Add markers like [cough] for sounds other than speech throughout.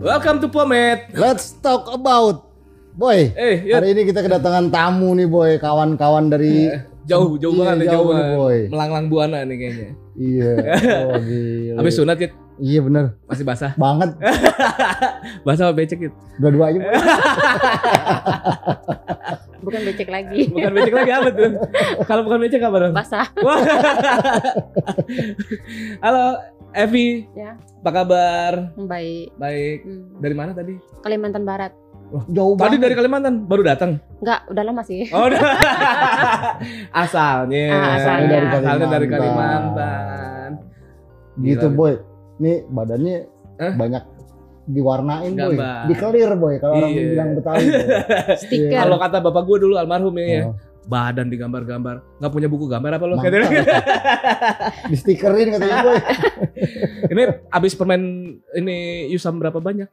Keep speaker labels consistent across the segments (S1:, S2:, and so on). S1: Welcome to Pomet.
S2: Let's talk about Boy,
S1: Eh, yuk.
S2: hari ini kita kedatangan tamu nih boy, kawan-kawan dari
S1: Jauh, jauh
S2: Iya,
S1: banget nih, jauh,
S2: jauh nih,
S1: banget.
S2: boy.
S1: Melanglang buana nih kayaknya. [laughs]
S2: iya, oh, gila.
S1: Habis sunat ya
S2: Iya bener
S1: masih basah.
S2: banget,
S1: Basah sama becek ya.
S2: dua-dua aja.
S1: [laughs]
S2: Boy.
S3: bukan becek lagi
S1: Eh, Bukan becek lagi apa
S2: [laughs]
S1: tuh? Kalau bukan becek apa dong?
S3: basah
S1: [laughs] Wah. Halo, Evi.
S3: Ya.
S1: Apa kabar?
S3: baik
S1: Baik.
S3: Hmm.
S1: Dari mana tadi?
S3: Kalimantan Barat
S2: Jauh
S1: Tadi
S2: Oh, banget.
S1: dari Kalimantan, baru datang.
S3: enggak udah lama sih
S1: Oh,
S2: [laughs]
S1: udah. asalnya.
S3: Ah, asalnya.
S1: Asalnya dari Kalimantan.
S2: gitu
S1: Gila.
S2: boy. Nih badannya
S1: Eh?
S2: banyak diwarnain boy,
S1: Gambar.
S2: dikelir boy kalau orang
S1: Iya.
S2: bilang Betawi.
S1: [laughs]
S2: boy. Iya.
S3: Stiker.
S1: Kalau kata bapak gue dulu almarhum ini ya,
S2: Oh,
S1: badan digambar-gambar. Nggak punya buku gambar apa lo?
S2: Mantap.
S1: [laughs]
S2: di stikerin katanya boy.
S1: ini abis permen ini Yusam berapa banyak?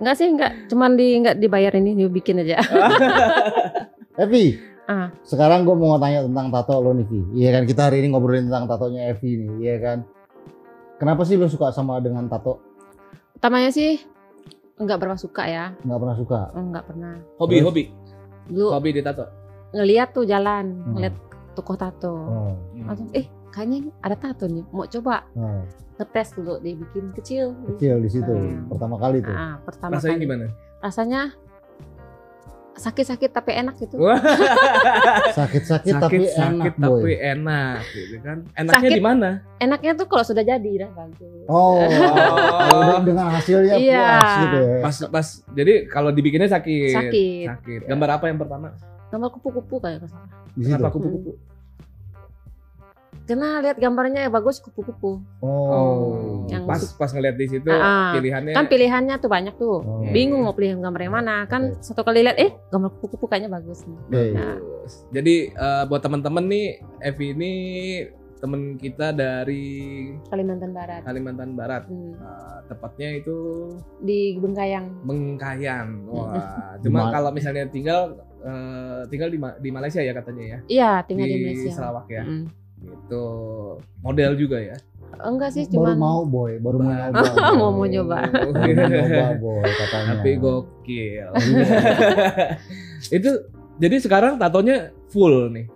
S3: enggak sih enggak cuman di enggak dibayar ini dibikin aja
S2: Evi,
S3: Ah.
S2: sekarang gue mau tanya tentang tato lo nih, Vi. Iya kan kita hari ini ngobrolin tentang tatonya Evi nih, iya kan. Kenapa sih lo suka sama dengan tato?
S3: utamanya sih enggak berapa suka ya
S2: Nggak pernah suka.
S3: enggak pernah
S1: Hobi,
S2: Terus?
S1: hobi,
S3: dulu
S1: hobi ditato.
S3: ngeliat tuh jalan
S2: Hmm.
S3: ngeliat toko
S1: Hmm.
S3: tato
S2: Oh,
S3: langsung eh kayaknya ini ada tato nih mau coba
S2: oh,
S3: ngetes dulu dibikin kecil
S2: kecil di situ
S3: Hmm.
S2: pertama kali tuh.
S3: ah pertama
S1: Rasanya
S3: kali
S1: gimana?
S3: rasanya sakit-sakit tapi enak gitu
S1: Wah,
S2: Sakit-sakit Ya, tapi
S1: sakit,
S2: enak
S1: sakit
S2: boy.
S1: tapi enak, gitu kan? Enaknya
S3: Sakit.
S1: di mana?
S3: enaknya tuh kalau sudah jadi dah bagus
S2: Oh,
S1: [laughs] Oh.
S2: dengan hasilnya
S3: Iya.
S2: puas gitu ya.
S1: Pas, pas. Jadi kalau dibikinnya sakit.
S3: sakit
S1: Sakit. Gambar apa yang pertama?
S3: gambar kupu-kupu kayak nggak salah.
S2: Di situ.
S1: Kenapa kupu-kupu?
S3: Karena lihat gambarnya ya bagus kupu-kupu.
S2: Oh.
S3: Yang
S1: Pas, pas ngeliat di situ
S3: Ah, ah.
S2: Iya.
S1: pilihannya.
S3: Kan pilihannya tuh banyak tuh.
S2: Oh.
S3: Bingung mau pilih gambar yang mana. Kan
S2: Iya.
S3: satu kali lihat eh gambar kupu-kupu kayaknya bagus nih.
S2: Oke.
S1: Bagus. Jadi eh, buat teman-teman nih, Evi ini teman kita dari
S3: Kalimantan Barat.
S2: Ah.
S1: Kalimantan Barat.
S3: Hmm,
S1: Eh, tepatnya itu
S3: Di Bengkayang.
S1: Bengkayan. Wah,
S2: Di
S1: cuma
S2: Ma-
S1: kalau misalnya tinggal eh, tinggal di, Ma- di Malaysia ya katanya ya.
S3: Iya, tinggal di, Malaysia.
S1: Sarawak ya.
S3: Mm.
S1: Itu model juga ya.
S3: Enggak sih,
S2: Baru
S3: cuman
S2: mau boy, baru
S1: Baru
S2: mau nyoba. boy.
S3: [laughs] mau- mau nyoba. [laughs]
S1: [laughs]
S2: Baru mau nyoba boy katanya.
S1: Tapi gokil. itu jadi sekarang tatonya full nih.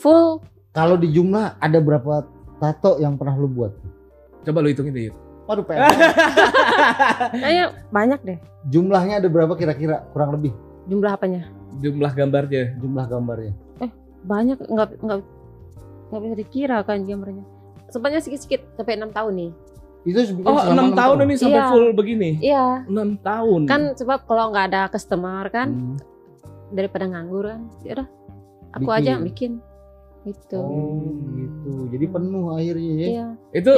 S3: full
S2: Kalau di jumlah ada berapa tato yang pernah lu buat?
S1: Coba lu hitungin deh. Yud.
S2: Waduh,
S1: [laughs]
S2: PR.
S3: kayak banyak deh
S2: Jumlahnya ada berapa kira-kira? Kurang lebih
S3: jumlah apanya.
S1: Jumlah gambarnya.
S2: jumlah gambarnya.
S3: Banyak enggak enggak enggak bisa dikira kan gambarnya. Sebenarnya sedikit-sedikit sampai enam tahun nih.
S2: Itu sebenarnya
S1: Oh,
S2: selama
S1: 6 tahun ini sampai
S3: Iya.
S1: full begini.
S3: Iya,
S1: 6 tahun.
S3: kan sebab kalau nggak ada customer kan
S2: Hmm.
S3: daripada nganggur kan ya udah aku
S2: Bikin.
S3: aja yang bikin gitu
S2: Oh, gitu. Jadi penuh akhirnya ya.
S3: iya
S1: itu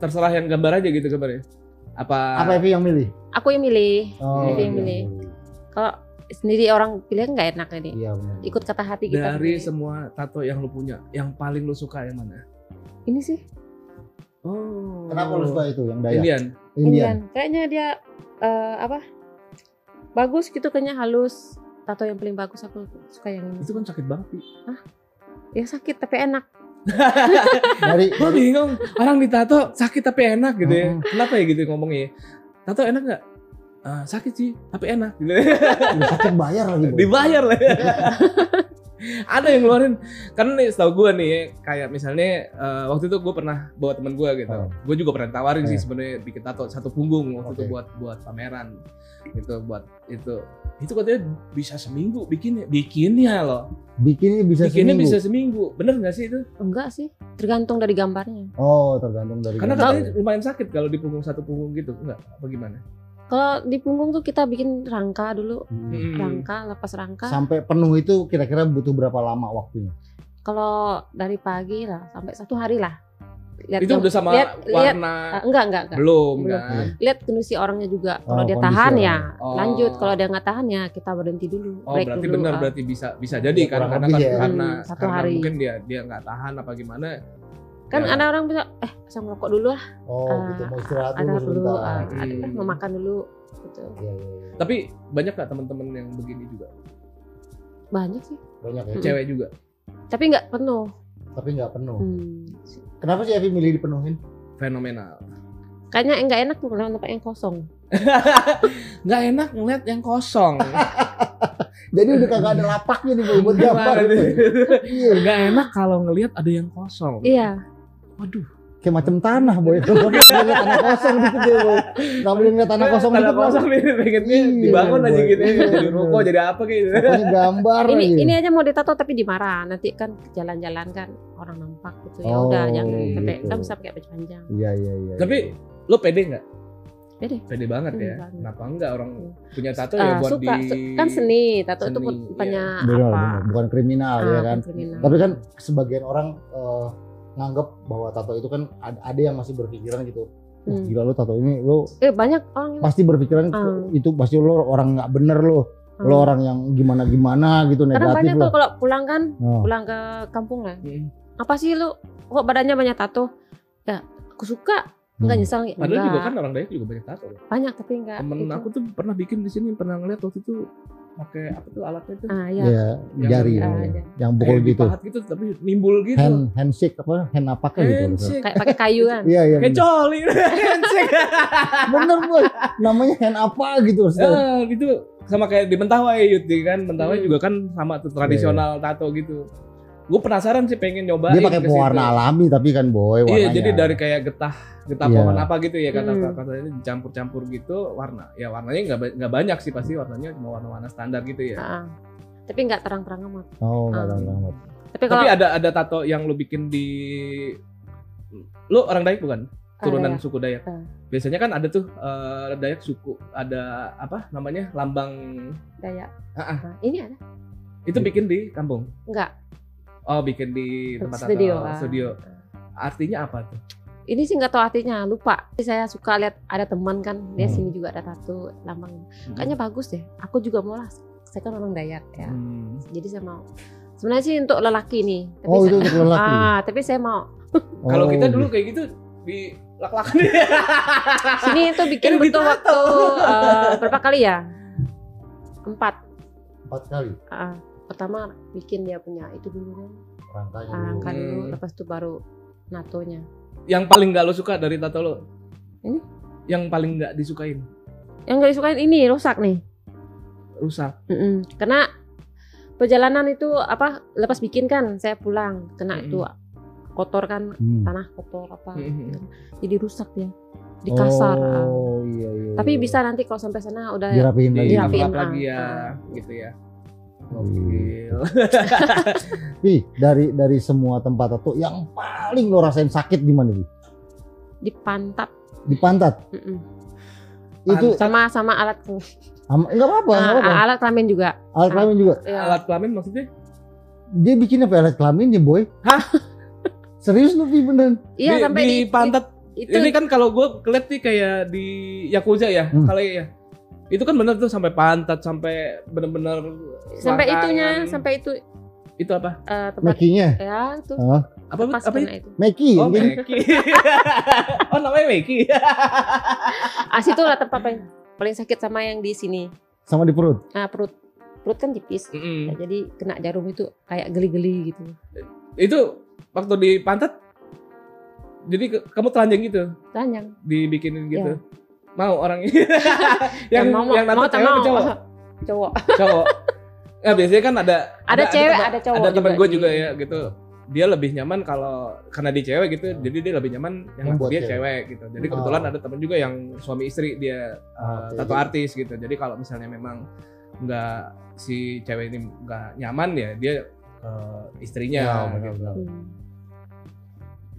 S1: terserah yang gambar aja gitu gambarnya. Apa
S2: Apa Evi yang milih?
S3: aku yang milih
S2: Oh,
S3: Evi yang
S2: iya.
S3: milih. kalau sendiri orang pilih nggak enak ini
S2: Iya benar.
S3: ikut kata hati gitu. kita
S1: dari
S3: sendiri.
S1: semua tato yang lu punya, yang paling lu suka yang mana?
S3: ini sih
S1: Oh.
S2: Kenapa lu suka itu yang Dayak?
S1: Indian?
S2: Indian.
S3: Indian kayaknya dia eh, apa bagus gitu kayaknya halus tato yang paling bagus aku suka yang ini
S1: Itu kan sakit banget. Pi.
S3: ya sakit tapi enak
S2: Dari
S1: Gua bingung, orang ditato sakit tapi enak gitu ya.
S2: Mm-mm.
S1: Kenapa ya gitu ngomongnya? ya? Tato enak nggak? Eh, sakit sih, tapi enak. Gitu.
S2: [laughs] Udah sakit bayar lagi. Boy.
S1: Dibayar lah. ya. [laughs] Ada yang ngeluarin karena nih setahu gue nih ya, kayak misalnya eh, waktu itu gue pernah bawa teman gue gitu.
S2: Oh.
S1: Gue juga pernah tawarin sih
S2: Iya.
S1: sebenarnya bikin tato satu punggung waktu itu
S2: Oke.
S1: buat buat pameran gitu buat itu itu katanya bisa seminggu bikinnya bikinnya loh
S2: Bikinnya bisa
S1: bikinnya
S2: seminggu.
S1: bisa seminggu bener nggak sih itu
S3: enggak sih tergantung dari gambarnya
S2: Oh, tergantung dari
S3: Iya.
S1: karena
S2: gambar.
S1: katanya lumayan sakit kalau di punggung satu punggung gitu enggak apa gimana
S3: kalau di punggung tuh kita bikin rangka dulu
S1: kan-
S2: Hmm.
S3: rangka lepas rangka
S2: Sampai penuh itu kira-kira butuh berapa lama waktunya?
S3: kalau dari pagi lah sampai satu hari lah lihat
S1: itu
S3: jam-
S1: udah sama
S3: lihat, lihat
S1: warna
S3: ah, enggak enggak enggak
S1: belum,
S3: Belum.
S1: kan
S3: lihat kondisi orangnya juga kalau
S2: Oh,
S3: dia
S2: kondisi
S3: tahan ya
S2: orangnya.
S1: Oh.
S3: lanjut kalau dia nggak tahan ya kita berhenti dulu
S1: Oh
S3: break
S1: berarti
S3: dulu
S1: benar
S3: ah.
S1: berarti bisa bisa jadi
S2: Kurang
S1: karena karena
S2: lebih
S1: kan-
S2: ya.
S1: karena,
S3: Hmm, satu
S1: karena
S3: hari.
S1: mungkin dia dia nggak tahan apa gimana
S3: kan
S1: Ya.
S3: ada orang bisa eh saya merokok dulu lah
S2: Oh,
S3: Ah,
S2: gitu mau istirahat
S3: ada
S2: dulu
S3: dulu
S2: sebentar.
S3: ah,
S1: Hmm.
S3: ada eh, mau makan dulu gitu
S2: Iya, iya, iya.
S1: tapi banyak nggak teman-teman yang begini juga
S3: banyak sih
S2: banyak
S3: Hmm.
S2: ya.
S1: cewek juga
S3: tapi nggak penuh
S1: Oh.
S2: Tapi nggak penuh.
S3: Hmm.
S2: Kenapa sih Evi milih dipenuhin?
S1: fenomenal
S3: Kayaknya nggak enak tuh kalau tempat yang kosong.
S1: Hmm. nggak enak ngeliat yang
S3: [laughs]
S1: kosong
S2: Jadi udah kagak
S1: Hmm.
S2: ada lapaknya nih buat gambar.
S1: Parah
S2: gitu.
S1: nih.
S2: Iya.
S1: nggak enak kalau ngelihat ada yang kosong
S3: Iya.
S1: waduh
S2: Kayak macam tanah boy. Kalau nggak boleh ngeliat tanah kosong gitu dia boy. Gak boleh ngeliat tanah kosong
S1: tanah
S2: gitu. Boy.
S1: kosong nih pengennya
S2: Iya,
S1: dibangun aja
S2: Boy.
S1: gitu ya,
S2: Iya,
S1: jadi
S2: bener.
S1: ruko jadi apa kayak
S2: [laughs]
S1: gitu
S2: Pokoknya gambar
S3: Ini
S2: aja.
S3: ini aja mau ditato tapi dimarah. Nanti kan jalan-jalan kan orang nampak gitu. Ya udah
S2: Oh,
S3: jangan sampai
S2: gitu.
S3: kan bisa pakai baju panjang.
S2: Iya iya iya.
S1: Tapi-
S2: iya.
S1: lo pede nggak
S3: Pede.
S1: pede banget
S3: Pede
S1: ya
S3: banget.
S1: kenapa enggak orang
S3: Iya.
S1: punya tato
S3: Ah,
S1: ya buat
S3: suka
S1: di
S3: su- kan seni tato itu
S1: seni, iya.
S3: punya
S2: Benar,
S3: apa?
S2: benar. bukan kriminal
S3: Ah,
S2: ya kan.
S3: kriminal.
S2: Tapi kan sebagian orang eh, nganggap bahwa tato itu kan ada, ada yang masih berpikiran gitu. Wah,
S3: Hmm.
S2: gila lu tato ini lu
S3: Eh banyak orang yang
S2: pasti berpikiran
S3: Hmm.
S2: itu pasti lu orang nggak bener lu. Lu
S3: Hmm.
S2: orang yang gimana gimana gitu
S3: Karena
S2: negatif
S3: banyak
S2: lu.
S3: tuh kalau pulang kan,
S2: Oh.
S3: pulang ke kampung lah.
S1: Hmm.
S3: Apa sih lu? Kok badannya banyak tato? Ya, aku suka. Enggak
S2: Hmm.
S3: nyesel enggak.
S1: Padahal juga kan orang Dayak juga banyak tato.
S3: Banyak tapi enggak.
S1: Temen
S3: gitu.
S1: aku tuh pernah bikin di sini, pernah ngeliat waktu itu pakai apa tuh alatnya tuh?
S3: Ah, ya.
S2: Iya,
S1: Yang-
S2: jari
S3: Ah,
S2: ya. yang
S3: ada.
S1: Kayak
S2: pukul gitu.
S1: dipahat gitu tapi nimbul gitu.
S2: Hand handshake apa hand apa kayak gitu. loh.
S1: Handshake.
S3: Kayak pakai kayu kan.
S2: Iya iya.
S1: Kayak
S2: bener.
S1: coli. [laughs] Handshake.
S2: [laughs] Bener boy. Namanya hand apa gitu. Ustaz.
S1: Eh, gitu sama kayak di Mentawai Yud, ya kan Mentawai
S3: Hmm.
S1: juga kan sama tuh tradisional tato gitu. Gue penasaran sih pengen nyobain.
S2: Iya, Dia pakai
S1: ke situ.
S2: pewarna alami tapi kan boy warnanya.
S1: Iya, jadi dari kayak getah, getah
S2: Iya.
S1: pohon apa gitu ya kata
S3: Hmm.
S1: katanya dicampur-campur gitu warna. Ya warnanya nggak ba- nggak banyak sih pasti warnanya cuma warna-warna standar gitu ya.
S3: Ah, ah. Tapi enggak terang-terang amat.
S2: Oh, enggak
S3: Ah.
S2: tahu banget.
S3: Tapi kalau
S1: Tapi ada ada tato yang lu bikin di lu orang Dayak bukan? Turunan
S3: Ada ya.
S1: suku Dayak.
S3: Ah.
S1: Biasanya kan ada tuh eh, Dayak suku ada apa namanya? lambang.
S3: daya.
S1: Ah, ah.
S3: Nah, ini ada.
S1: Itu
S2: Iya.
S1: bikin di kampung.
S3: Enggak.
S1: Oh, bikin di tempat
S3: Studio,
S1: tato
S3: ah.
S1: studio. Artinya apa tuh?
S3: Ini sih nggak tahu artinya, lupa. Tapi Saya suka lihat ada teman kan, dia
S2: Hmm.
S3: sini juga ada tato lambang. Kayaknya bagus deh. Aku juga mau lah. Saya kan orang Dayak ya.
S1: Hmm.
S3: Jadi saya mau. Sebenarnya sih untuk lelaki nih. Tapi
S2: Oh,
S3: saya-
S2: itu untuk lelaki.
S3: Ah, tapi saya mau.
S1: Kalau
S2: Oh,
S1: kita
S2: gitu.
S1: dulu kayak gitu di lak-lakan
S3: Sini itu bikin
S1: Ini
S3: butuh
S1: ditato.
S3: waktu eh, berapa kali ya? Empat.
S2: empat kali
S3: Ah, pertama bikin dia punya itu dulu kan,
S2: rangkanya
S3: ah, rangka dulu.
S1: Hmm.
S3: Lepas itu baru natonya.
S1: yang paling nggak lo suka dari tato lo?
S3: Ini?
S1: Yang paling nggak disukain?
S3: Yang nggak disukain ini rusak nih.
S1: Rusak.
S3: Mm-mm. Karena perjalanan itu apa? Lepas bikin kan, saya pulang kena
S1: Mm-mm.
S3: itu kotor kan,
S2: Hmm.
S3: tanah kotor apa.
S1: Mm-mm.
S3: gitu. Jadi rusak dia. Di kasar. ah.
S2: oh iya iya
S3: Tapi
S2: iya.
S3: bisa nanti kalau sampai sana udah
S1: Iya.
S2: dirapihin lagi
S1: Di
S3: Dirapihin.
S1: lap lagi
S3: ah.
S1: ya, gitu ya.
S2: Hmm.
S1: Gokil.
S2: Ih, dari dari semua tempat tato yang paling lo rasain sakit di mana Bi?
S3: dipantap.
S2: di pantat
S3: Mm-mm.
S2: itu
S3: Sama sama alat
S2: am- nggak apa-apa nggak apa-apa
S3: Ah, alat kelamin juga.
S2: alat kelamin juga
S3: Ya.
S1: [laughs] Alat kelamin maksudnya?
S2: dia bikin apa alat kelaminnya boy
S1: Hah?
S2: [laughs] serius lu Bi beneran
S1: di,
S3: Iya sampai
S1: di pantat.
S3: itu
S1: Ini kan kalau gue keliat nih kayak di Yakuza ya,
S2: Hmm.
S1: kalau ya. Itu kan bener tuh sampai pantat, sampai bener-bener
S3: sampai
S1: selangkangan.
S3: itunya sampai itu
S1: itu apa?
S3: eh, tempat
S2: mekinya
S3: ya itu
S2: Hah?
S1: Apa
S3: pas
S1: apa?
S3: kena Iya. itu.
S2: meki
S1: Oh,
S2: mungkin.
S1: Meki. [laughs] oh, namanya Meki. [laughs]
S3: Ah situ lah tempat paling paling sakit sama yang di sini.
S2: sama di perut
S3: Nah perut perut kan tipis.
S1: Mm-mm.
S3: Nah, jadi kena jarum itu kayak geli-geli gitu.
S1: Itu waktu di pantat jadi ke- kamu telanjang gitu,
S3: Ranjang.
S1: dibikinin gitu. Mau orang
S3: [laughs]
S1: yang
S3: mau mau
S1: yang
S3: Iya. mau,
S1: nato
S3: tak
S1: cewek apa
S3: mau.
S1: cowok?
S3: [laughs] Cowok.
S1: cowok. Nah, biasanya kan ada
S3: Ada cewek,
S1: teman-
S3: ada cowok
S1: Ada teman
S3: juga
S1: gue
S3: di-
S1: juga ya gitu. Dia lebih nyaman kalau karena di cewek gitu, jadi dia lebih nyaman yang
S2: Yang
S1: aku
S2: buat
S1: dia
S2: cewek.
S1: cewek gitu. Jadi
S2: Oh.
S1: kebetulan ada teman juga yang suami istri dia uh,
S2: Ah, Oke.
S1: tato artis gitu. Jadi kalau misalnya memang nggak si cewek ini nggak nyaman ya dia uh, istrinya.
S2: Ya,
S1: gitu.
S2: benar-benar.
S3: Hmm.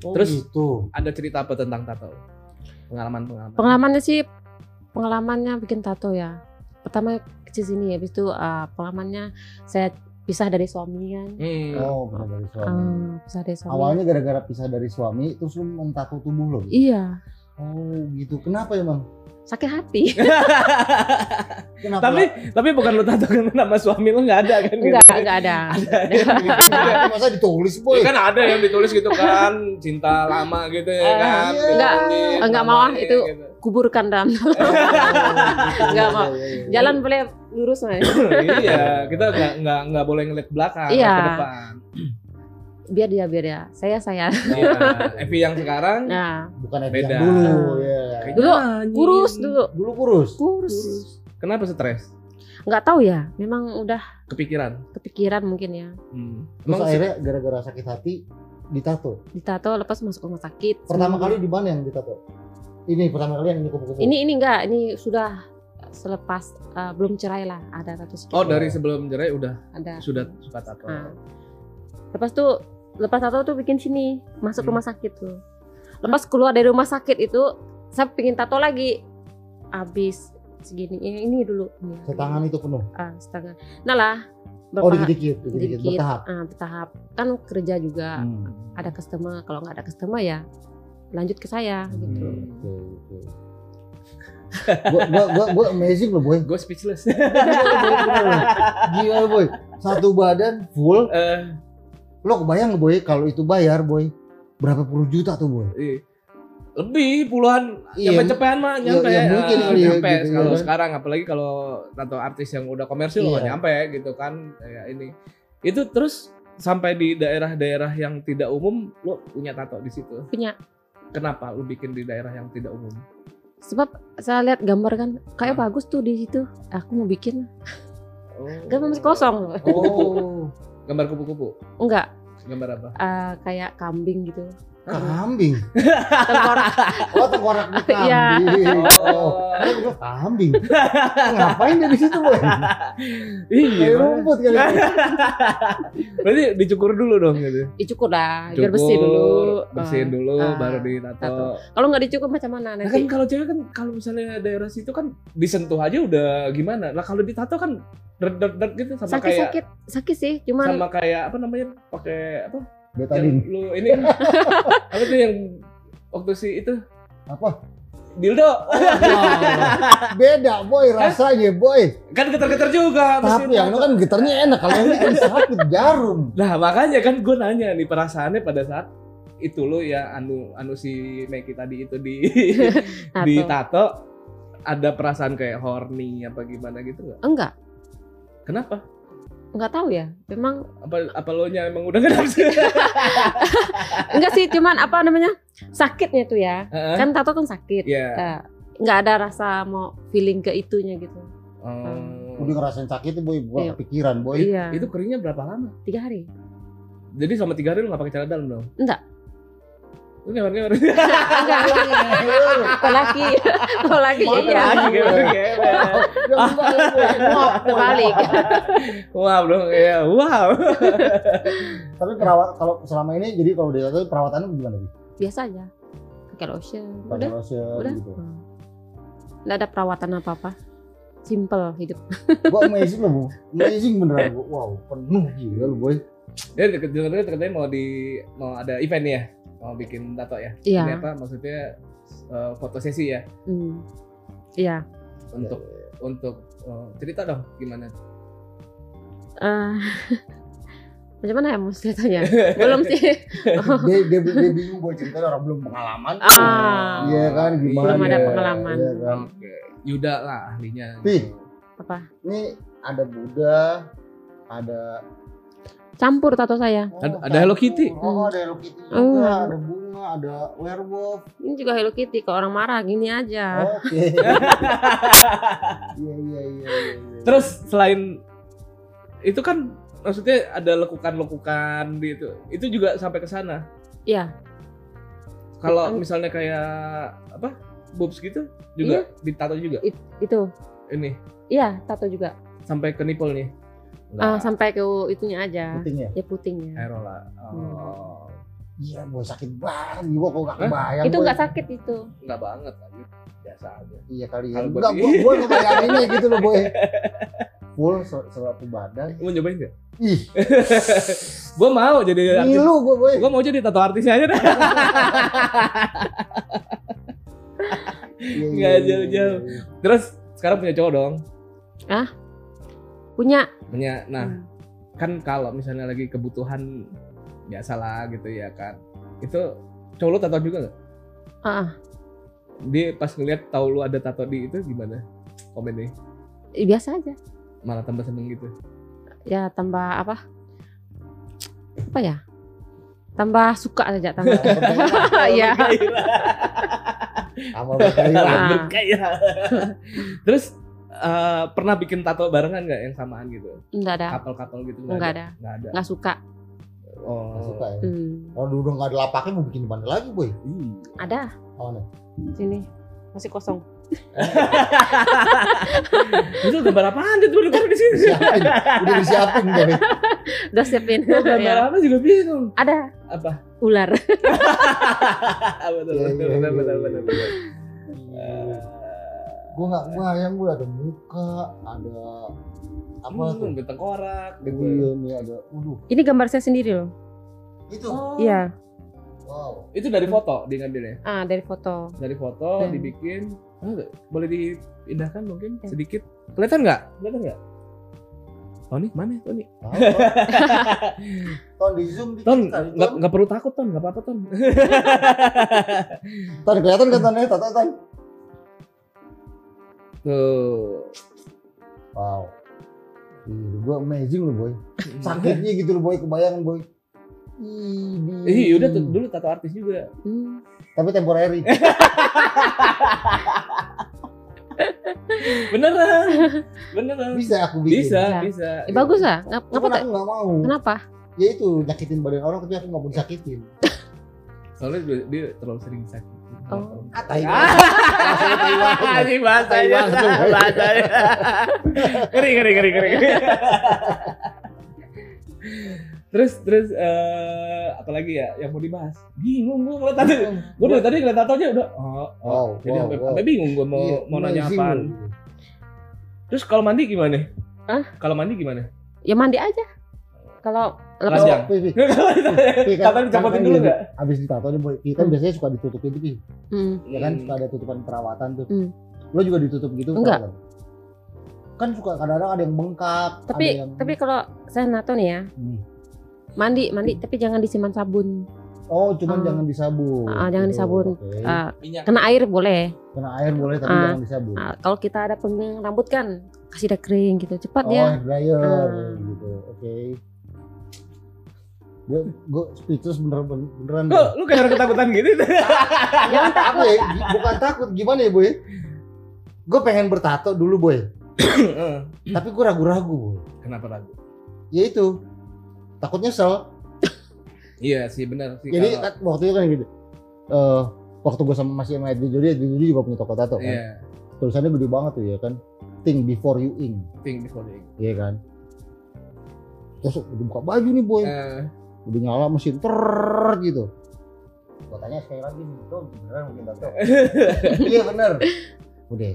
S2: Oh,
S1: Terus-
S2: gitu.
S1: Ada cerita apa tentang tato? Pengalaman pengalaman.
S3: Pengalamannya sih pengalamannya bikin tato ya. Pertama kecil sini habis itu eh, pengalamannya saya pisah dari suami kan.
S1: Hmm.
S2: oh benar dari suami
S3: Ah, pisah dari suami.
S2: awalnya gara-gara pisah dari suami terus lu mentato tubuh lo Bi?
S3: Iya,
S2: oh gitu kenapa emang
S3: sakit hati.
S2: kenapa
S1: tapi tapi bukan lo tato kan nama suami lo nggak ada kan? gitu?
S3: Enggak, enggak ada.
S1: Ada yang bikin.
S2: Kenapa? masa ditulis boy
S1: Ya kan ada yang ditulis gitu kan, cinta lama gitu ya
S3: Eh,
S1: kan.
S2: iya.
S1: Enggak,
S3: enggak mau ah,
S1: gitu.
S3: itu. Kuburkan dan
S1: Iya.
S3: Nggak, Mak. jalan boleh lurus Mas.
S1: iya, kita enggak enggak enggak boleh ngeliat belakang
S3: Iya.
S1: ke depan.
S3: Biar dia, biar dia. Saya, saya.
S1: Iya. Evi yang sekarang
S3: Nah,
S2: bukan Evi
S1: Beda. Iya.
S2: yang dulu ya
S1: Kayaknya
S3: Dulu
S1: anjing.
S3: kurus dulu
S2: Dulu kurus.
S3: kurus
S1: Kenapa stres?
S3: nggak tahu ya memang udah
S1: Kepikiran.
S3: kepikiran mungkin ya
S1: Hmm.
S2: Terus
S1: Emang
S2: akhirnya gara-gara sakit hati ditato.
S3: ditato lepas masuk rumah sakit
S2: Pertama
S3: Seminggu.
S2: kali di mana yang ditato? Ini pertama kali yang ini kupu-kupu.
S3: ini ini enggak ini sudah selepas eh, belum cerai lah ada tato sedikit.
S1: Oh dari sebelum cerai udah
S3: ada
S1: sudah suka tato.
S3: Nah, lepas tuh lepas tato tuh bikin sini masuk
S1: Hmm.
S3: rumah sakit tuh. Lepas keluar dari rumah sakit itu saya pingin tato lagi. Habis segini ini, ini dulu. Ini.
S2: Setangan itu penuh.
S3: Ah, setengah. Nah lah
S2: Oh
S3: berapa
S2: dikit-dikit, dikit-dikit
S3: dikit.
S2: bertahap.
S3: ah, bertahap. Kan kerja juga
S2: Hmm.
S3: ada customer. Kalau nggak ada customer ya lanjut ke saya gitu.
S1: Hmm.
S2: Oke, oke. gua, gua, gua, gua amazing loh boy.
S1: Gue speechless. [laughs]
S2: Gila boy. Satu badan full.
S1: Eh,
S2: Lo kebayang nggak, boy kalau itu bayar boy berapa puluh juta tuh boy?
S1: iya. lebih puluhan
S2: Iya.
S1: nyampe cepean mah nyampe
S2: iya, mungkin
S3: Ah.
S1: eh,
S2: kali ya,
S1: nyampe
S2: gitu,
S1: kalau
S2: iya.
S1: sekarang apalagi kalau tato artis yang udah komersil
S2: Iya.
S1: nggak nyampe gitu kan kayak ini itu terus sampai di daerah-daerah yang tidak umum lo punya tato di situ
S3: Punya.
S1: kenapa lo bikin di daerah yang tidak umum
S3: Sebab saya lihat gambar kan kayak
S1: Ah.
S3: bagus tuh di situ. Aku mau bikin.
S1: oh.
S3: Gambar masih kosong.
S1: oh gambar kupu-kupu
S3: Enggak
S1: gambar apa
S3: ah, kayak kambing gitu.
S2: Kambing.
S3: Tengkorak.
S1: [laughs]
S2: Oh tengkorak di
S3: [laughs] Iya.
S2: kambing. Oh. Karena gue bilang, kambing. Ngapain dia di situ boy?
S1: iya
S2: Kayak rumput kali.
S1: [laughs] berarti dicukur dulu dong gitu
S3: dicukur Ya, lah biar
S1: Cukur,
S3: bersih dulu
S1: bersihin
S3: Ah.
S1: dulu
S3: Ah,
S1: baru ditato
S3: tato. kalau nggak dicukur macam mana
S1: Nah kan
S3: nanti
S1: kalau cewek kan kalau misalnya daerah situ kan disentuh aja udah gimana. Nah kalau ditato kan dert dert dert gitu sama
S3: sakit
S1: kayak
S3: sakit sakit sih cuman
S1: sama kayak apa namanya pakai apa?
S2: Betadin.
S1: Yang lu ini kan. apa tuh yang waktu si itu
S3: [laughs]
S2: Apa?
S1: dildo
S2: Wah, Beda boy rasanya boy.
S1: kan geter-geter juga mesin
S2: Tapi yang itu
S1: tato.
S2: kan getarnya enak. Kalau yang ini kan sakit jarum.
S1: Nah makanya kan gue nanya nih perasaannya pada saat itu lo ya anu anu si Meki tadi itu di
S3: tato.
S1: di tato ada perasaan kayak horny apa gimana gitu nggak?
S3: enggak
S1: Kenapa?
S3: enggak tahu ya
S1: [laughs]
S3: memang
S1: apa apa lo nya emang udah gak nafsu
S3: enggak sih cuman apa namanya sakitnya tuh ya [laughs]
S1: Heeh.
S3: kan tato kan sakit
S1: ya
S2: Iya.
S3: Nah, nggak ada rasa mau feeling ke itunya gitu
S2: Udah ngerasain sakit tuh boy. Gua
S3: Iya.
S2: kepikiran boy. [laughs]
S3: iya
S1: itu keringnya berapa lama
S3: tiga hari
S1: jadi selama tiga hari lo nggak pakai celana dalam dong
S3: Enggak. Iya.
S1: lu nyaman nyaman [laughs]
S3: enggak kalau
S2: [laughs]
S3: laki kalau laki
S2: Mana
S3: iya
S1: lagi ngewer, ngewer.
S2: Jangan balik, boy.
S3: [laughs]
S2: Maaf, boy.
S3: terbalik
S1: wow dong ya wow
S2: Tapi perawat kalau selama ini jadi kalau dia tahu perawatannya gimana sih?
S3: biasa aja pakai lotion
S2: Pakai
S3: udah
S2: lotion
S3: udah
S2: gitu.
S3: Hmm. nggak ada perawatan apa apa simple hidup
S2: Gua amazing loh, Bu. Amazing beneran gua. Wow, penuh gila lu, boy.
S1: ya dengar katanya mau di mau ada event nih ya mau bikin tato ya Ini
S3: Iya.
S1: apa maksudnya eh, foto sesi ya
S3: Hmm. Iya.
S1: untuk untuk eh, cerita dong gimana
S3: Eh, [laughs] macam mana ya mau ceritanya? Belum sih.
S2: Dia, dia, dia bingung gua cerita orang belum pengalaman.
S3: Ah,
S2: Iya kan gimana?
S3: belum ada
S1: Iya.
S3: pengalaman.
S2: Iya kan.
S1: oke Yuda lah ahlinya
S2: Pi.
S3: Apa?
S2: Ini ada Buddha, ada
S3: Campur tato saya.
S2: oh,
S1: Ada- ada Hello
S2: campur.
S1: Kitty.
S2: Oh, ada Hello Kitty juga,
S3: Oh.
S2: ada bunga, ada werewolf. Oh,
S3: Ini juga Hello Kitty. Kalau orang marah gini aja.
S2: Oke.
S3: [laughs]
S2: Iya, iya, iya, iya. iya.
S1: Terus selain itu kan maksudnya ada lekukan-lekukan gitu. Itu juga sampai ke sana.
S3: Iya.
S1: Kalau
S3: Mm.
S1: misalnya kayak apa? Boobs gitu juga
S3: Iya.
S1: ditato juga
S3: Itu.
S1: ini
S3: Iya, tato juga.
S1: sampai ke nipple nih.
S2: Nah.
S3: Ah, sampai ke itunya aja.
S2: Penting ya?
S3: Ya putingnya.
S1: Aerola. Oh,
S3: Hmm.
S2: Iya, gua sakit banget. Gua kok gak
S1: Hah?
S2: kebayang.
S3: Itu
S2: boy.
S3: nggak sakit itu.
S1: enggak banget lanjut biasa aja.
S2: Iya kali ya.
S1: Kalau buat
S2: Enggak,
S1: ini.
S2: gua gua ngebayanginnya gitu loh, boy. Full se- seratus badan.
S1: Lu Mau nyobain gak?
S2: Ih,
S1: [laughs] Gua mau jadi artis.
S2: ngilu gua, boy.
S1: Iya, Gua mau jadi tato artisnya aja dah.
S2: Iya, iya,
S1: Nggak
S2: iya,
S1: jauh-jauh.
S2: iya, iya.
S1: Terus sekarang punya cowok dong.
S3: Punya.
S1: Punya nah
S3: Hmm.
S1: kan kalau misalnya lagi kebutuhan biasalah gitu ya kan itu cowok lu tato juga nggak?
S3: Ah.
S1: Dia pas ngeliat tahu lu ada tato di itu gimana? Komennya
S3: Eh, Biasa aja.
S1: malah tambah seneng gitu.
S3: Ya tambah apa? Apa ya?
S2: [laughs]
S3: Tambah Iya. suka saja tambah.
S2: Kalau penting-
S3: Iya.
S2: Amal berkaya.
S3: Ah.
S1: berkaya. [laughs] Terus eh, pernah bikin tato barengan nggak yang samaan gitu?
S2: Iya.
S3: Enggak ada,
S1: Couple-couple gitu nggak
S3: enggak
S1: ada?
S3: ada,
S1: Nggak ada.
S3: enggak suka.
S1: Oh,
S2: Nggak Suka ya.
S3: Hmm.
S2: Kalau udah nggak ada lapaknya mau bikin di mana lagi boy?
S1: Ih.
S3: Ada
S2: Oh, nih.
S3: sini masih kosong.
S1: Itu gambar apaan tuh dulu di sini?
S3: Iya.
S2: Siapin.
S1: [laughs]
S2: Udah disiapin boy.
S3: Udah
S2: [laughs]
S3: siapin.
S1: Gua
S2: Iya.
S1: gambar
S3: Ya.
S1: apa juga bingung.
S3: Ada
S1: Apa?
S3: ular.
S1: betul,
S2: Iya,
S1: Ah, betul, betul,
S2: iya, iya,
S1: betul,
S2: iya,
S1: betul,
S2: iya. Gue nggak gue yang gue ada muka, ada apa tuh?
S1: Hmm, bertengkorak gitu.
S2: Iya nih ada. Waduh.
S3: Ini gambar saya sendiri loh.
S2: Itu.
S1: Oh,
S3: Iya.
S1: [laughs]
S2: Wow.
S1: Itu dari foto dia ngambilnya.
S3: Ah dari foto.
S1: Dari foto
S3: Dan-
S1: dibikin. Oh, nggak? boleh dipindahkan mungkin
S3: Ya.
S1: sedikit. Kelihatan nggak? Kelihatan nggak? Tony mana Tony?
S2: Tahu, Ton. Ton di zoom
S1: Iya,
S2: dikit
S1: Ton
S2: kali,
S1: nggak
S2: Ton.
S1: nggak perlu takut Ton nggak apa-apa [laughs] Ton.
S2: Ton kelihatan kan Ton ya? Tato Ton.
S1: Tuh.
S2: Wow. gue amazing loh boy.
S1: Iya.
S2: Sakitnya gitu loh boy, kebayang boy. Ih,
S1: Ih, udah tuh, dulu tato artis juga.
S3: Hmm.
S2: Tapi
S1: [laughs]
S2: temporary.
S3: [laughs]
S1: Beneran. Beneran.
S2: Bisa aku bikin.
S1: Bisa, bisa.
S3: Bisa. Eh, bagus lah. Ngap-
S2: Cuman
S3: Ngapa tak?
S2: aku nggak mau.
S3: Kenapa?
S2: Ya itu nyakitin badan orang tapi aku nggak mau disakitin.
S3: [laughs]
S1: Soalnya dia, dia terlalu sering sakit.
S3: Oh.
S2: Ah, tai banget. Rasanya tai banget.
S1: Ah, ini bahasanya,
S2: Tai banget.
S1: bahasanya. Ngeri, ngeri, ngeri, ngeri. Terus, terus, eh apalagi ya yang mau dibahas? Bingung gue ngeliat tadi. Gue dari tadi ngeliat tatonya udah, oh, oh.
S2: Wow,
S1: Jadi
S2: Iya. wow,
S1: sampai
S2: wow.
S1: sampai bingung gue mau
S2: Iya,
S1: mau nanya
S2: amazing
S1: apaan.
S2: loh.
S1: Terus kalau mandi gimana?
S3: Hah?
S1: Kalau mandi gimana?
S3: Ya mandi aja. Kalau lepas
S1: Lanjut. Panjang.
S2: Oh, Pi, Pi.
S3: [laughs]
S2: Pi, kan-
S1: Kapan dicapotin
S2: kan-
S1: dulu
S2: kan
S1: nggak?
S2: Abis ditato nih boy, Pi kan
S3: Hmm.
S2: biasanya suka ditutup gitu Pi.
S3: Hmm.
S2: Ya kan suka ada tutupan perawatan tuh.
S3: Hmm.
S2: Lo juga ditutup gitu?
S3: Enggak.
S2: Kan, kan suka kadang-kadang ada yang bengkak,
S3: Tapi
S2: ada yang
S3: tapi kalau saya nato nih ya,
S2: Hmm.
S3: mandi mandi tapi jangan disiman sabun.
S2: Oh, cuman
S3: Ah.
S2: jangan disabun.
S3: Ah, jangan
S2: Gitu,
S3: disabun.
S2: oke.
S3: Ah,
S1: Minyak.
S3: kena air boleh.
S2: Kena air boleh tapi
S3: Ah.
S2: jangan disabun.
S3: Ah, kalau kita ada pengering rambut kan kasih dia kering gitu cepat
S2: Oh,
S3: dia.
S2: hair dryer
S3: Ah.
S2: gitu. Oke. Gue gue speechless bener beneran.
S1: Kok lu kayak orang ketakutan gitu?
S2: [laughs]
S3: Jangan
S2: Apa ya? Gi- Bukan takut, gimana ya, Boy? Gue pengen bertato dulu, Boy.
S1: Heeh.
S2: Tapi gue ragu-ragu, Boy.
S1: Kenapa ragu?
S2: Ya itu. Takut nyesel.
S1: Iya sih benar sih.
S2: Jadi
S1: kalau-
S2: kan, waktu itu kan gitu. Eh, waktu gue sama masih sama Edi Jody, Edi Jody juga punya toko tato kan.
S1: iya,
S2: Tulisannya gede banget tuh ya kan. Think before you ink.
S1: think before the ink.
S2: Iya kan. Terus udah buka baju nih boy,
S1: Eh,
S2: udah nyala mesin ter gitu. Gua tanya sekali lagi nih, bro beneran mungkin tato? [laughs] iya bener. Udah.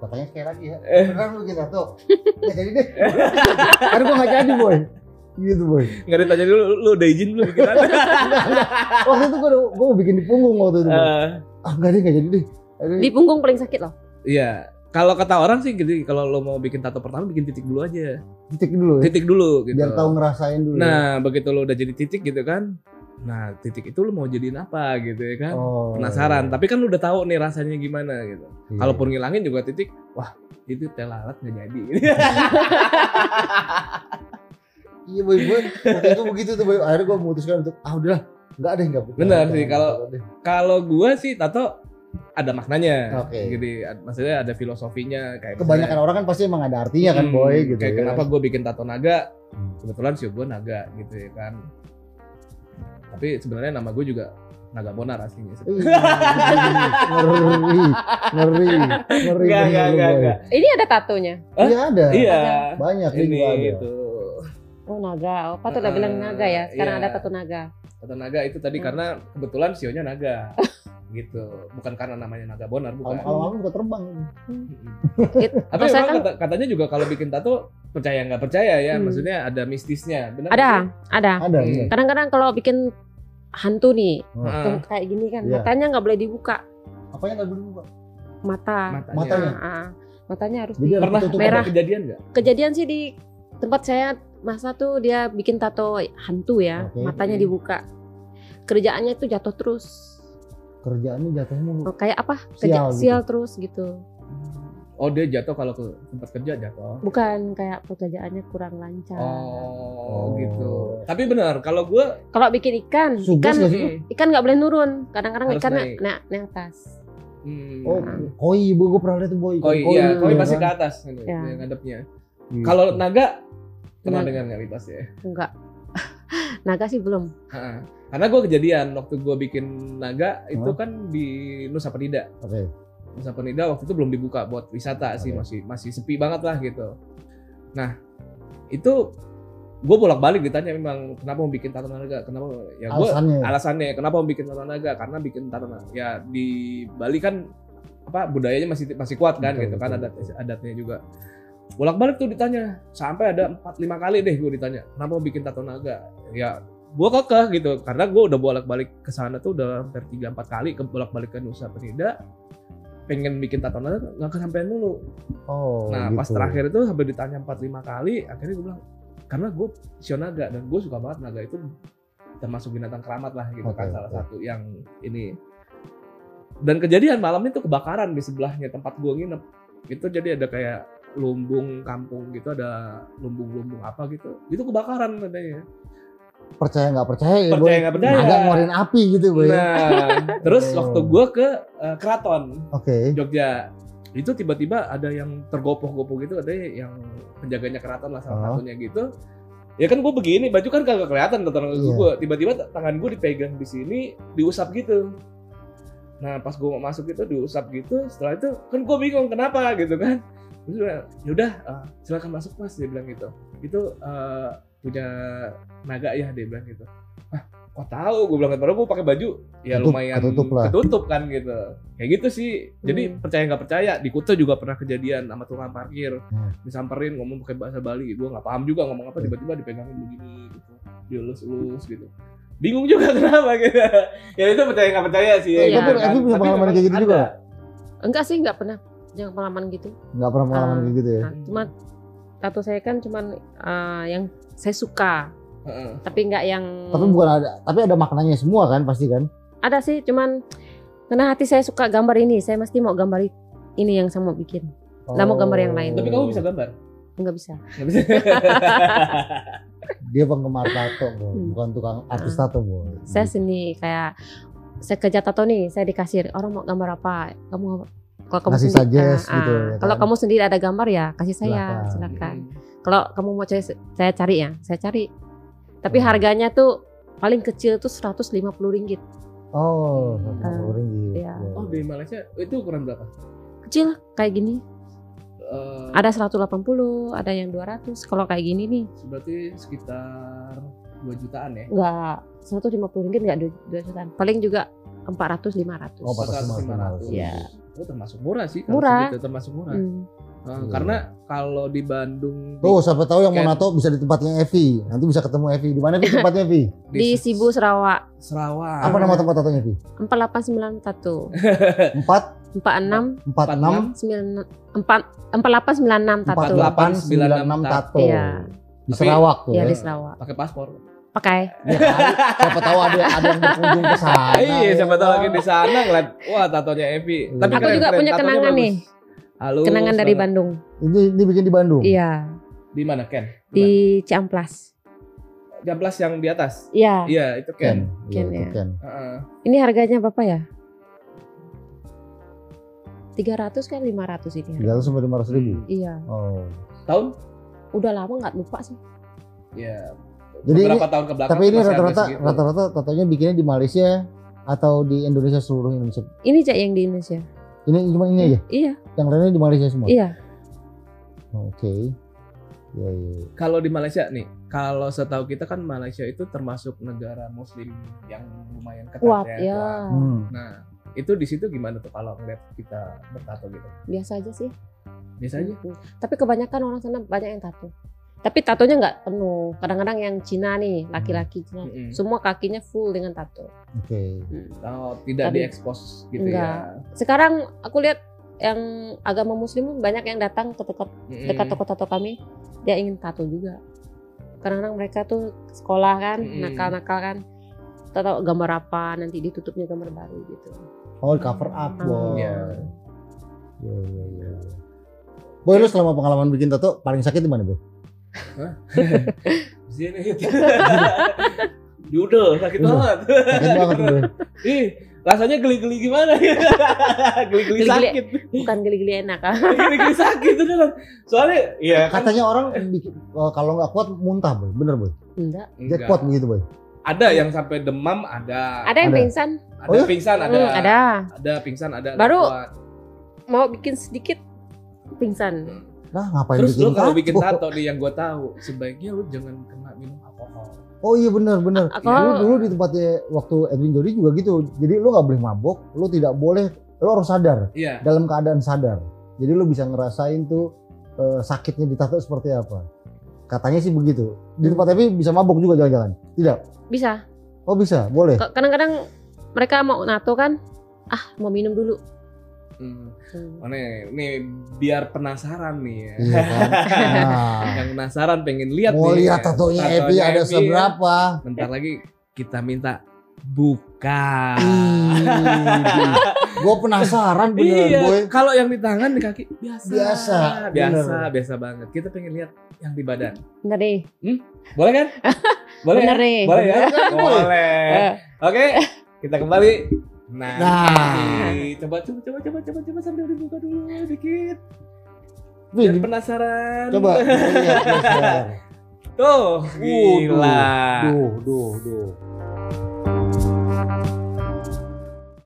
S2: Gua tanya sekali lagi ya,
S1: Eh.
S2: beneran mungkin tato? Nggak jadi deh. Karena gua nggak jadi boy. Gitu boy.
S1: Nggak ditanya dulu, lu udah izin belum bikin tato?
S2: Waktu itu gua, udah- gua mau bikin di punggung waktu itu. Boy.
S1: Eh,
S2: Ah nggak deh nggak jadi deh. Aduh,
S3: Di punggung paling sakit loh.
S1: Iya. Kalau kata orang sih gitu, kalau lo mau bikin tato pertama bikin titik dulu aja.
S2: titik dulu ya.
S1: Titik dulu gitu.
S2: Biar tahu ngerasain dulu. ya.
S1: Nah, begitu lo udah jadi titik gitu kan. Nah, titik itu lo mau jadiin apa gitu ya kan?
S2: Oh,
S1: Penasaran, tapi kan lo udah tahu nih rasanya gimana gitu.
S2: iya.
S1: Kalaupun ngilangin juga titik, wah, itu telalat nggak jadi. [laughs]
S2: Iya boy, gue waktu itu begitu tuh boy. Akhirnya gue memutuskan untuk ah udahlah, enggak deh enggak.
S1: Benar sih, kalau- kalau gua sih tato ada maknanya.
S2: Oke.
S1: Jadi ad- maksudnya ada filosofinya kayak misalnya-
S2: kebanyakan orang kan pasti emang ada artinya kan
S1: Hmm,
S2: boy gitu.
S1: Kayak
S2: ya.
S1: kenapa gue bikin tato naga?
S2: Hmm.
S1: Kebetulan sih gue naga gitu ya kan. Tapi sebenarnya nama gue juga Naga Bonar aslinya. [laughs]
S2: Ih, ngeri, ngeri, ngeri.
S1: Enggak, enggak,
S2: bener
S1: enggak,
S2: lu, boy.
S1: enggak.
S3: Ini ada tatonya.
S1: Hah?
S2: Iya ada,
S1: Iya.
S2: banyak ini
S1: Ini
S2: juga ada.
S1: itu
S3: Oh naga. Oh, patut
S2: Eh,
S3: udah
S1: Ah,
S3: bilang naga ya. Sekarang
S1: iya.
S3: ada tato naga.
S1: tato naga itu tadi
S3: Hmm.
S1: karena kebetulan sionya naga gitu. Bukan karena namanya Naga Bonar
S2: Kalau
S1: bukan.
S2: kalau malam juga terbang.
S1: Tapi
S3: Kalau saya
S1: memang
S3: kan-
S1: kata- katanya juga kalau bikin tato percaya nggak percaya ya,
S3: Hmm.
S1: maksudnya ada mistisnya. Benar
S3: Ada,
S1: nggak sih?
S3: ada.
S2: Ada,
S1: Hmm.
S2: iya.
S3: Kadang-kadang kalau bikin hantu nih,
S1: Heeh.
S3: tuh kayak gini kan,
S2: Hmm. Iya.
S3: matanya nggak boleh dibuka.
S2: Apanya nggak dulu Pak?
S3: Mata.
S1: Matanya.
S2: Matanya.
S3: Ah, ah. matanya harus
S2: Jadi
S3: di-
S2: harus
S1: Pernah
S2: ditutup.
S1: ada
S3: Merah.
S1: kejadian nggak?
S3: Kejadian sih di tempat saya masa tuh dia bikin tato hantu ya,
S2: Oke.
S3: matanya
S1: Hmm.
S3: dibuka. Kerjaannya tuh jatuh terus.
S2: Kerjaannya jatuh mulu.
S3: Oh, kayak apa?
S2: Sial
S3: Kerja sial,
S2: gitu.
S3: terus gitu.
S1: Oh dia jatuh kalau ke tempat kerja jatuh.
S3: Bukan kayak pekerjaannya kurang lancar.
S1: Oh,
S2: Oh.
S1: gitu. Tapi benar kalau gue
S3: Kalau bikin ikan,
S2: Sugas
S3: ikan
S2: nggak sih?
S3: ikan nggak boleh nurun. Kadang-kadang
S1: Harus
S3: ikan
S1: naik.
S3: naik. naik atas.
S1: Hmm.
S2: Oh, koi, bu, gue pernah lihat tuh boy.
S1: koi, iya, koi
S2: ya
S1: pasti
S2: kan?
S1: ke atas ini,
S3: Iya.
S1: yang ngadepnya.
S2: Gitu.
S1: Kalau naga kenal
S3: Naga.
S1: dengan realitas ya.
S3: enggak [laughs] naga sih belum
S1: Ha-ha. Karena gue kejadian waktu gue bikin naga itu
S2: Hah?
S1: kan di Nusa Penida.
S2: Oke.
S1: Nusa Penida waktu itu belum dibuka buat wisata sih
S2: Oke.
S1: masih masih sepi banget lah gitu. Nah itu gue bolak-balik ditanya memang kenapa mau bikin tato naga kenapa ya gue
S2: Alasannya.
S1: alasannya kenapa mau bikin tato naga karena bikin tato naga ya di Bali kan apa budayanya masih masih kuat kan
S2: Betul,
S1: gitu kan
S2: betul,
S1: adat
S2: betul.
S1: adatnya juga bolak balik tuh ditanya sampai ada empat lima kali deh gue ditanya kenapa mau bikin tato naga ya gue kekeh gitu karena gue udah bolak balik ke sana tuh udah hampir tiga empat kali ke bolak balik ke Nusa Penida pengen bikin tato naga nggak kesampaian dulu
S2: Oh,
S1: nah pas
S2: gitu.
S1: terakhir itu hampir ditanya 4-5 kali akhirnya gue bilang karena gue sio naga dan gue suka banget naga itu termasuk binatang keramat lah gitu kan
S2: Oke,
S1: salah
S2: oke.
S1: satu yang ini dan kejadian malam itu kebakaran di sebelahnya tempat gue nginep itu jadi ada kayak lumbung kampung gitu ada lumbung-lumbung apa gitu itu kebakaran katanya
S2: percaya nggak percaya ya,
S1: Percaya
S2: Boy?
S1: nggak percaya.
S2: Agak ngeluarin api gitu, boy.
S1: nah terus
S2: Oh.
S1: waktu gue ke eh, keraton
S2: Oke.
S1: Jogja itu tiba-tiba ada yang tergopoh-gopoh gitu ada yang penjaganya keraton lah salah
S2: Oh.
S1: satunya gitu ya kan gue begini baju kan kagak kelihatan tuh tangan
S2: Iya.
S1: gue tiba-tiba t- tangan gue dipegang di sini diusap gitu nah pas gue mau masuk itu diusap gitu setelah itu kan gue bingung kenapa gitu kan terus gue bilang, yaudah eh, silakan masuk mas dia bilang gitu itu eh, punya naga ya dia bilang gitu ah kok tahu gue bilang padahal gue pakai baju ya
S2: Tutup,
S1: lumayan
S2: ketutup lah.
S1: ketutup kan gitu kayak gitu sih jadi
S3: Hmm.
S1: percaya nggak percaya di Kuta juga pernah kejadian sama tukang parkir
S2: Hmm.
S1: disamperin ngomong pakai bahasa Bali gue nggak paham juga ngomong apa tiba-tiba dipegangin begini gitu dielus-elus gitu bingung juga [laughs] kenapa gitu ya itu percaya nggak percaya sih
S3: Iya.
S1: gitu kan.
S3: Tapi-
S2: Oh, tapi punya pengalaman
S1: memang
S2: kayak gitu
S1: ada.
S2: juga?
S3: enggak sih enggak pernah yang pengalaman gitu
S2: Nggak pernah pengalaman
S3: Ah.
S2: kayak gitu ya.
S3: nah, cuma tato saya kan cuman eh, yang saya suka
S1: Heeh.
S3: tapi enggak yang
S2: Tapi bukan ada, tapi ada maknanya semua kan pasti kan?
S3: ada sih cuman karena hati saya suka gambar ini saya mesti mau gambar i- ini yang saya mau bikin Lah, mau gambar
S2: Oh.
S3: yang lain.
S1: tapi kamu bisa gambar
S3: enggak bisa
S1: nggak bisa
S2: Dia penggemar tato, Boy.
S3: Hmm.
S2: bukan tukang artis tato, boy.
S3: saya seni kayak saya kerja tato nih saya di kasir orang mau gambar apa kamu kalau kamu
S2: Kasih
S3: sendiri-
S2: suggest
S3: ah,
S2: gitu,
S3: ah.
S2: ya
S3: kalau
S2: kan?
S3: kamu sendiri ada gambar ya kasih saya
S2: Silakan.
S3: silakan kalau kamu mau cari saya cari ya saya cari tapi
S2: Hmm.
S3: harganya tuh paling kecil tuh 150 ringgit
S2: Oh,
S1: Ah,
S2: uh, ringgit.
S3: Hmm. iya.
S1: [laughs]
S2: Boy.
S1: oh di Malaysia itu ukuran berapa
S3: kecil kayak gini
S1: Eh,
S3: ada 180 ada yang 200 kalau kayak gini nih
S1: berarti sekitar 2 jutaan ya
S3: nggak 150 ringgit nggak 2 jutaan paling juga 400 500
S2: Oh, batas maksimal.
S1: 400.
S3: Iya.
S1: Oh, termasuk murah sih kalau
S3: Murah.
S1: segitu, termasuk murah
S3: Hmm.
S1: Eh, karena kalau di Bandung di-
S2: Iya. Tuh, siapa tahu yang mau
S1: Ken.
S2: nato bisa di tempatnya Evi. Nanti bisa ketemu Evi. Di mana Evi tempatnya
S1: [laughs]
S2: Evi?
S3: di Sibu Sarawak
S1: Sarawak
S2: Apa nama tempat tatonya Evi? [laughs]
S3: 4891
S2: Empat,
S3: 46
S2: empat, enam,
S3: 9 4 4896
S2: empat, ya.
S3: tato.
S2: delapan, sembilan, enam
S1: 4896
S2: tato.
S3: Iya.
S2: Di
S1: Tapi-
S2: Sarawak tuh.
S3: Iya
S2: Ya.
S3: di Sarawak.
S1: pakai paspor
S3: Pakai.
S2: Ya, siapa tahu ada ada yang berkunjung ke sana.
S1: [laughs] iya
S2: ya
S1: siapa tahu
S2: kan?
S1: lagi di sana ngeliat wah tatonya Evi
S2: Iya.
S1: tapi
S2: Aku
S1: keren,
S3: juga
S1: keren.
S3: punya
S1: Tatonya
S3: kenangan
S1: bagus.
S3: nih.
S2: Oh,
S1: Halus
S3: Kenangan dari
S1: banget.
S3: Bandung.
S2: Ini ini bikin di Bandung.
S3: Iya,
S1: di mana Ken
S3: di
S2: Iya.
S3: Ciamplas.
S1: Bukan. Jamblas yang di atas
S3: Iya.
S1: iya itu
S2: Ken.
S1: Ken
S2: Iya,
S3: Ken,
S2: itu
S3: ya.
S2: Ken.
S1: Heeh.
S3: Ini harganya berapa ya? 300 kan 500 ini.
S2: Tiga ratus sampai lima ratus ribu.
S3: Iya.
S2: Oh.
S1: tahun
S3: Udah lama nggak lupa sih.
S1: ya
S2: Jadi
S1: beberapa tahun ke belakang
S2: Tapi ini
S1: masih harga
S2: rata-rata
S1: segitu.
S2: rata-rata tatonya bikinnya di Malaysia atau di Indonesia seluruh Indonesia.
S3: Ini cak yang di Indonesia.
S2: Ini cuma ini aja.
S3: Iya,
S2: Yang lainnya di Malaysia semua.
S3: iya.
S2: Oke. Iya, iya.
S1: kalau di Malaysia nih kalau setahu kita kan Malaysia itu termasuk negara muslim yang lumayan ketat
S3: Kuat
S1: ya
S3: ya.
S1: kuat.
S2: Hmm.
S1: nah itu di situ gimana tuh kalau ngeliat kita bertato gitu
S3: Biasa aja sih.
S1: biasa aja
S3: Mm. Tapi kebanyakan orang sana banyak yang tato. Tapi tatonya nggak penuh. Kadang-kadang yang Cina nih, laki-laki Cina,
S1: Mm-mm.
S3: semua kakinya full dengan tato.
S2: Oke.
S1: Oh, tidak
S3: Tapi-
S1: diekspos gitu
S3: Enggak. Sekarang aku lihat yang agama muslim pun banyak yang datang ke dekat
S1: ya. Mm-mm.
S3: dekat toko tato kami, dia ingin tato juga. Kadang-kadang mereka tuh sekolah kan,
S1: Mm-mm.
S3: nakal-nakal kan. Tato gambar apa, nanti ditutupnya gambar baru
S1: [laughs]
S3: gitu.
S2: Oh, cover up, boy.
S1: Iya.
S2: Iya, iya, iya. Boy, lu selama pengalaman bikin tato paling sakit di mana, Boy?
S1: Sini [laughs] gitu. Di udel sakit
S2: Udel.
S1: banget. [laughs]
S2: Sakit banget, Boy.
S1: Ih, rasanya geli-geli gimana [laughs] gitu. geli-geli
S3: Geli-geli.
S1: sakit
S3: bukan geli-geli enak [laughs] ah.
S1: geli-geli sakit itu kan soalnya iya kan
S2: Katanya orang bikin- oh, kalau nggak kuat muntah boy, bener boy.
S3: Enggak.
S1: Enggak.
S2: Jackpot begitu boy.
S1: ada yang sampai demam ada
S3: Ada yang
S2: Ada.
S3: pingsan?
S1: ada
S2: Oh ya?
S1: pingsan
S3: Hmm,
S1: ada,
S3: Ada.
S1: ada pingsan ada
S3: Baru
S1: nggak kuat.
S3: Mau bikin sedikit pingsan.
S2: Nah ngapain
S1: terus
S2: bikin
S1: lu kalau bikin
S2: tato?
S1: tato nih yang gue tahu sebaiknya lu jangan kena minum alkohol
S2: Oh iya bener bener. Dulu,
S3: Alkohol
S2: dulu di tempatnya waktu Edwin Jody juga gitu. Jadi lu nggak boleh mabok, lu tidak boleh, lu harus sadar
S1: iya
S2: dalam keadaan sadar. Jadi lu bisa ngerasain tuh eh, sakitnya di tato seperti apa. Katanya sih begitu. Di tempat Edwin bisa mabok juga jalan-jalan. Tidak.
S3: bisa.
S2: Oh bisa, boleh.
S1: [laughs]
S3: Kok Kadang-kadang mereka mau nato kan, ah mau minum dulu.
S1: Hmm.
S3: Hmm.
S1: Oh, nih, nih biar penasaran nih ya.
S2: Iya kan? Nah,
S1: yang penasaran pengen lihat
S2: mau
S1: nih.
S2: lihat tatonya
S1: Iya. Tatonya
S2: Evi ada
S1: Evi.
S2: seberapa?
S1: Bentar lagi kita minta buka.
S2: Gue penasaran beneran
S1: Iya,
S2: boy.
S1: kalau yang di tangan di kaki biasa.
S2: Biasa,
S1: biasa,
S2: bener.
S1: biasa banget. Kita pengen lihat yang di badan.
S3: Bener deh.
S1: Boleh kan? Boleh.
S3: Bener
S1: ya?
S3: deh.
S1: Boleh ya?
S2: Bener kan, Boy?
S1: Boleh.
S3: Eh,
S1: Oke, kita kembali. Nah,
S2: Nah.
S1: coba coba coba coba coba coba sambil dibuka dulu dikit.
S2: Wih,
S1: Biar penasaran.
S2: Coba. Iya, lihat, lihat.
S1: Tuh,
S2: Waduh,
S1: gila.
S2: Duh, duh, duh.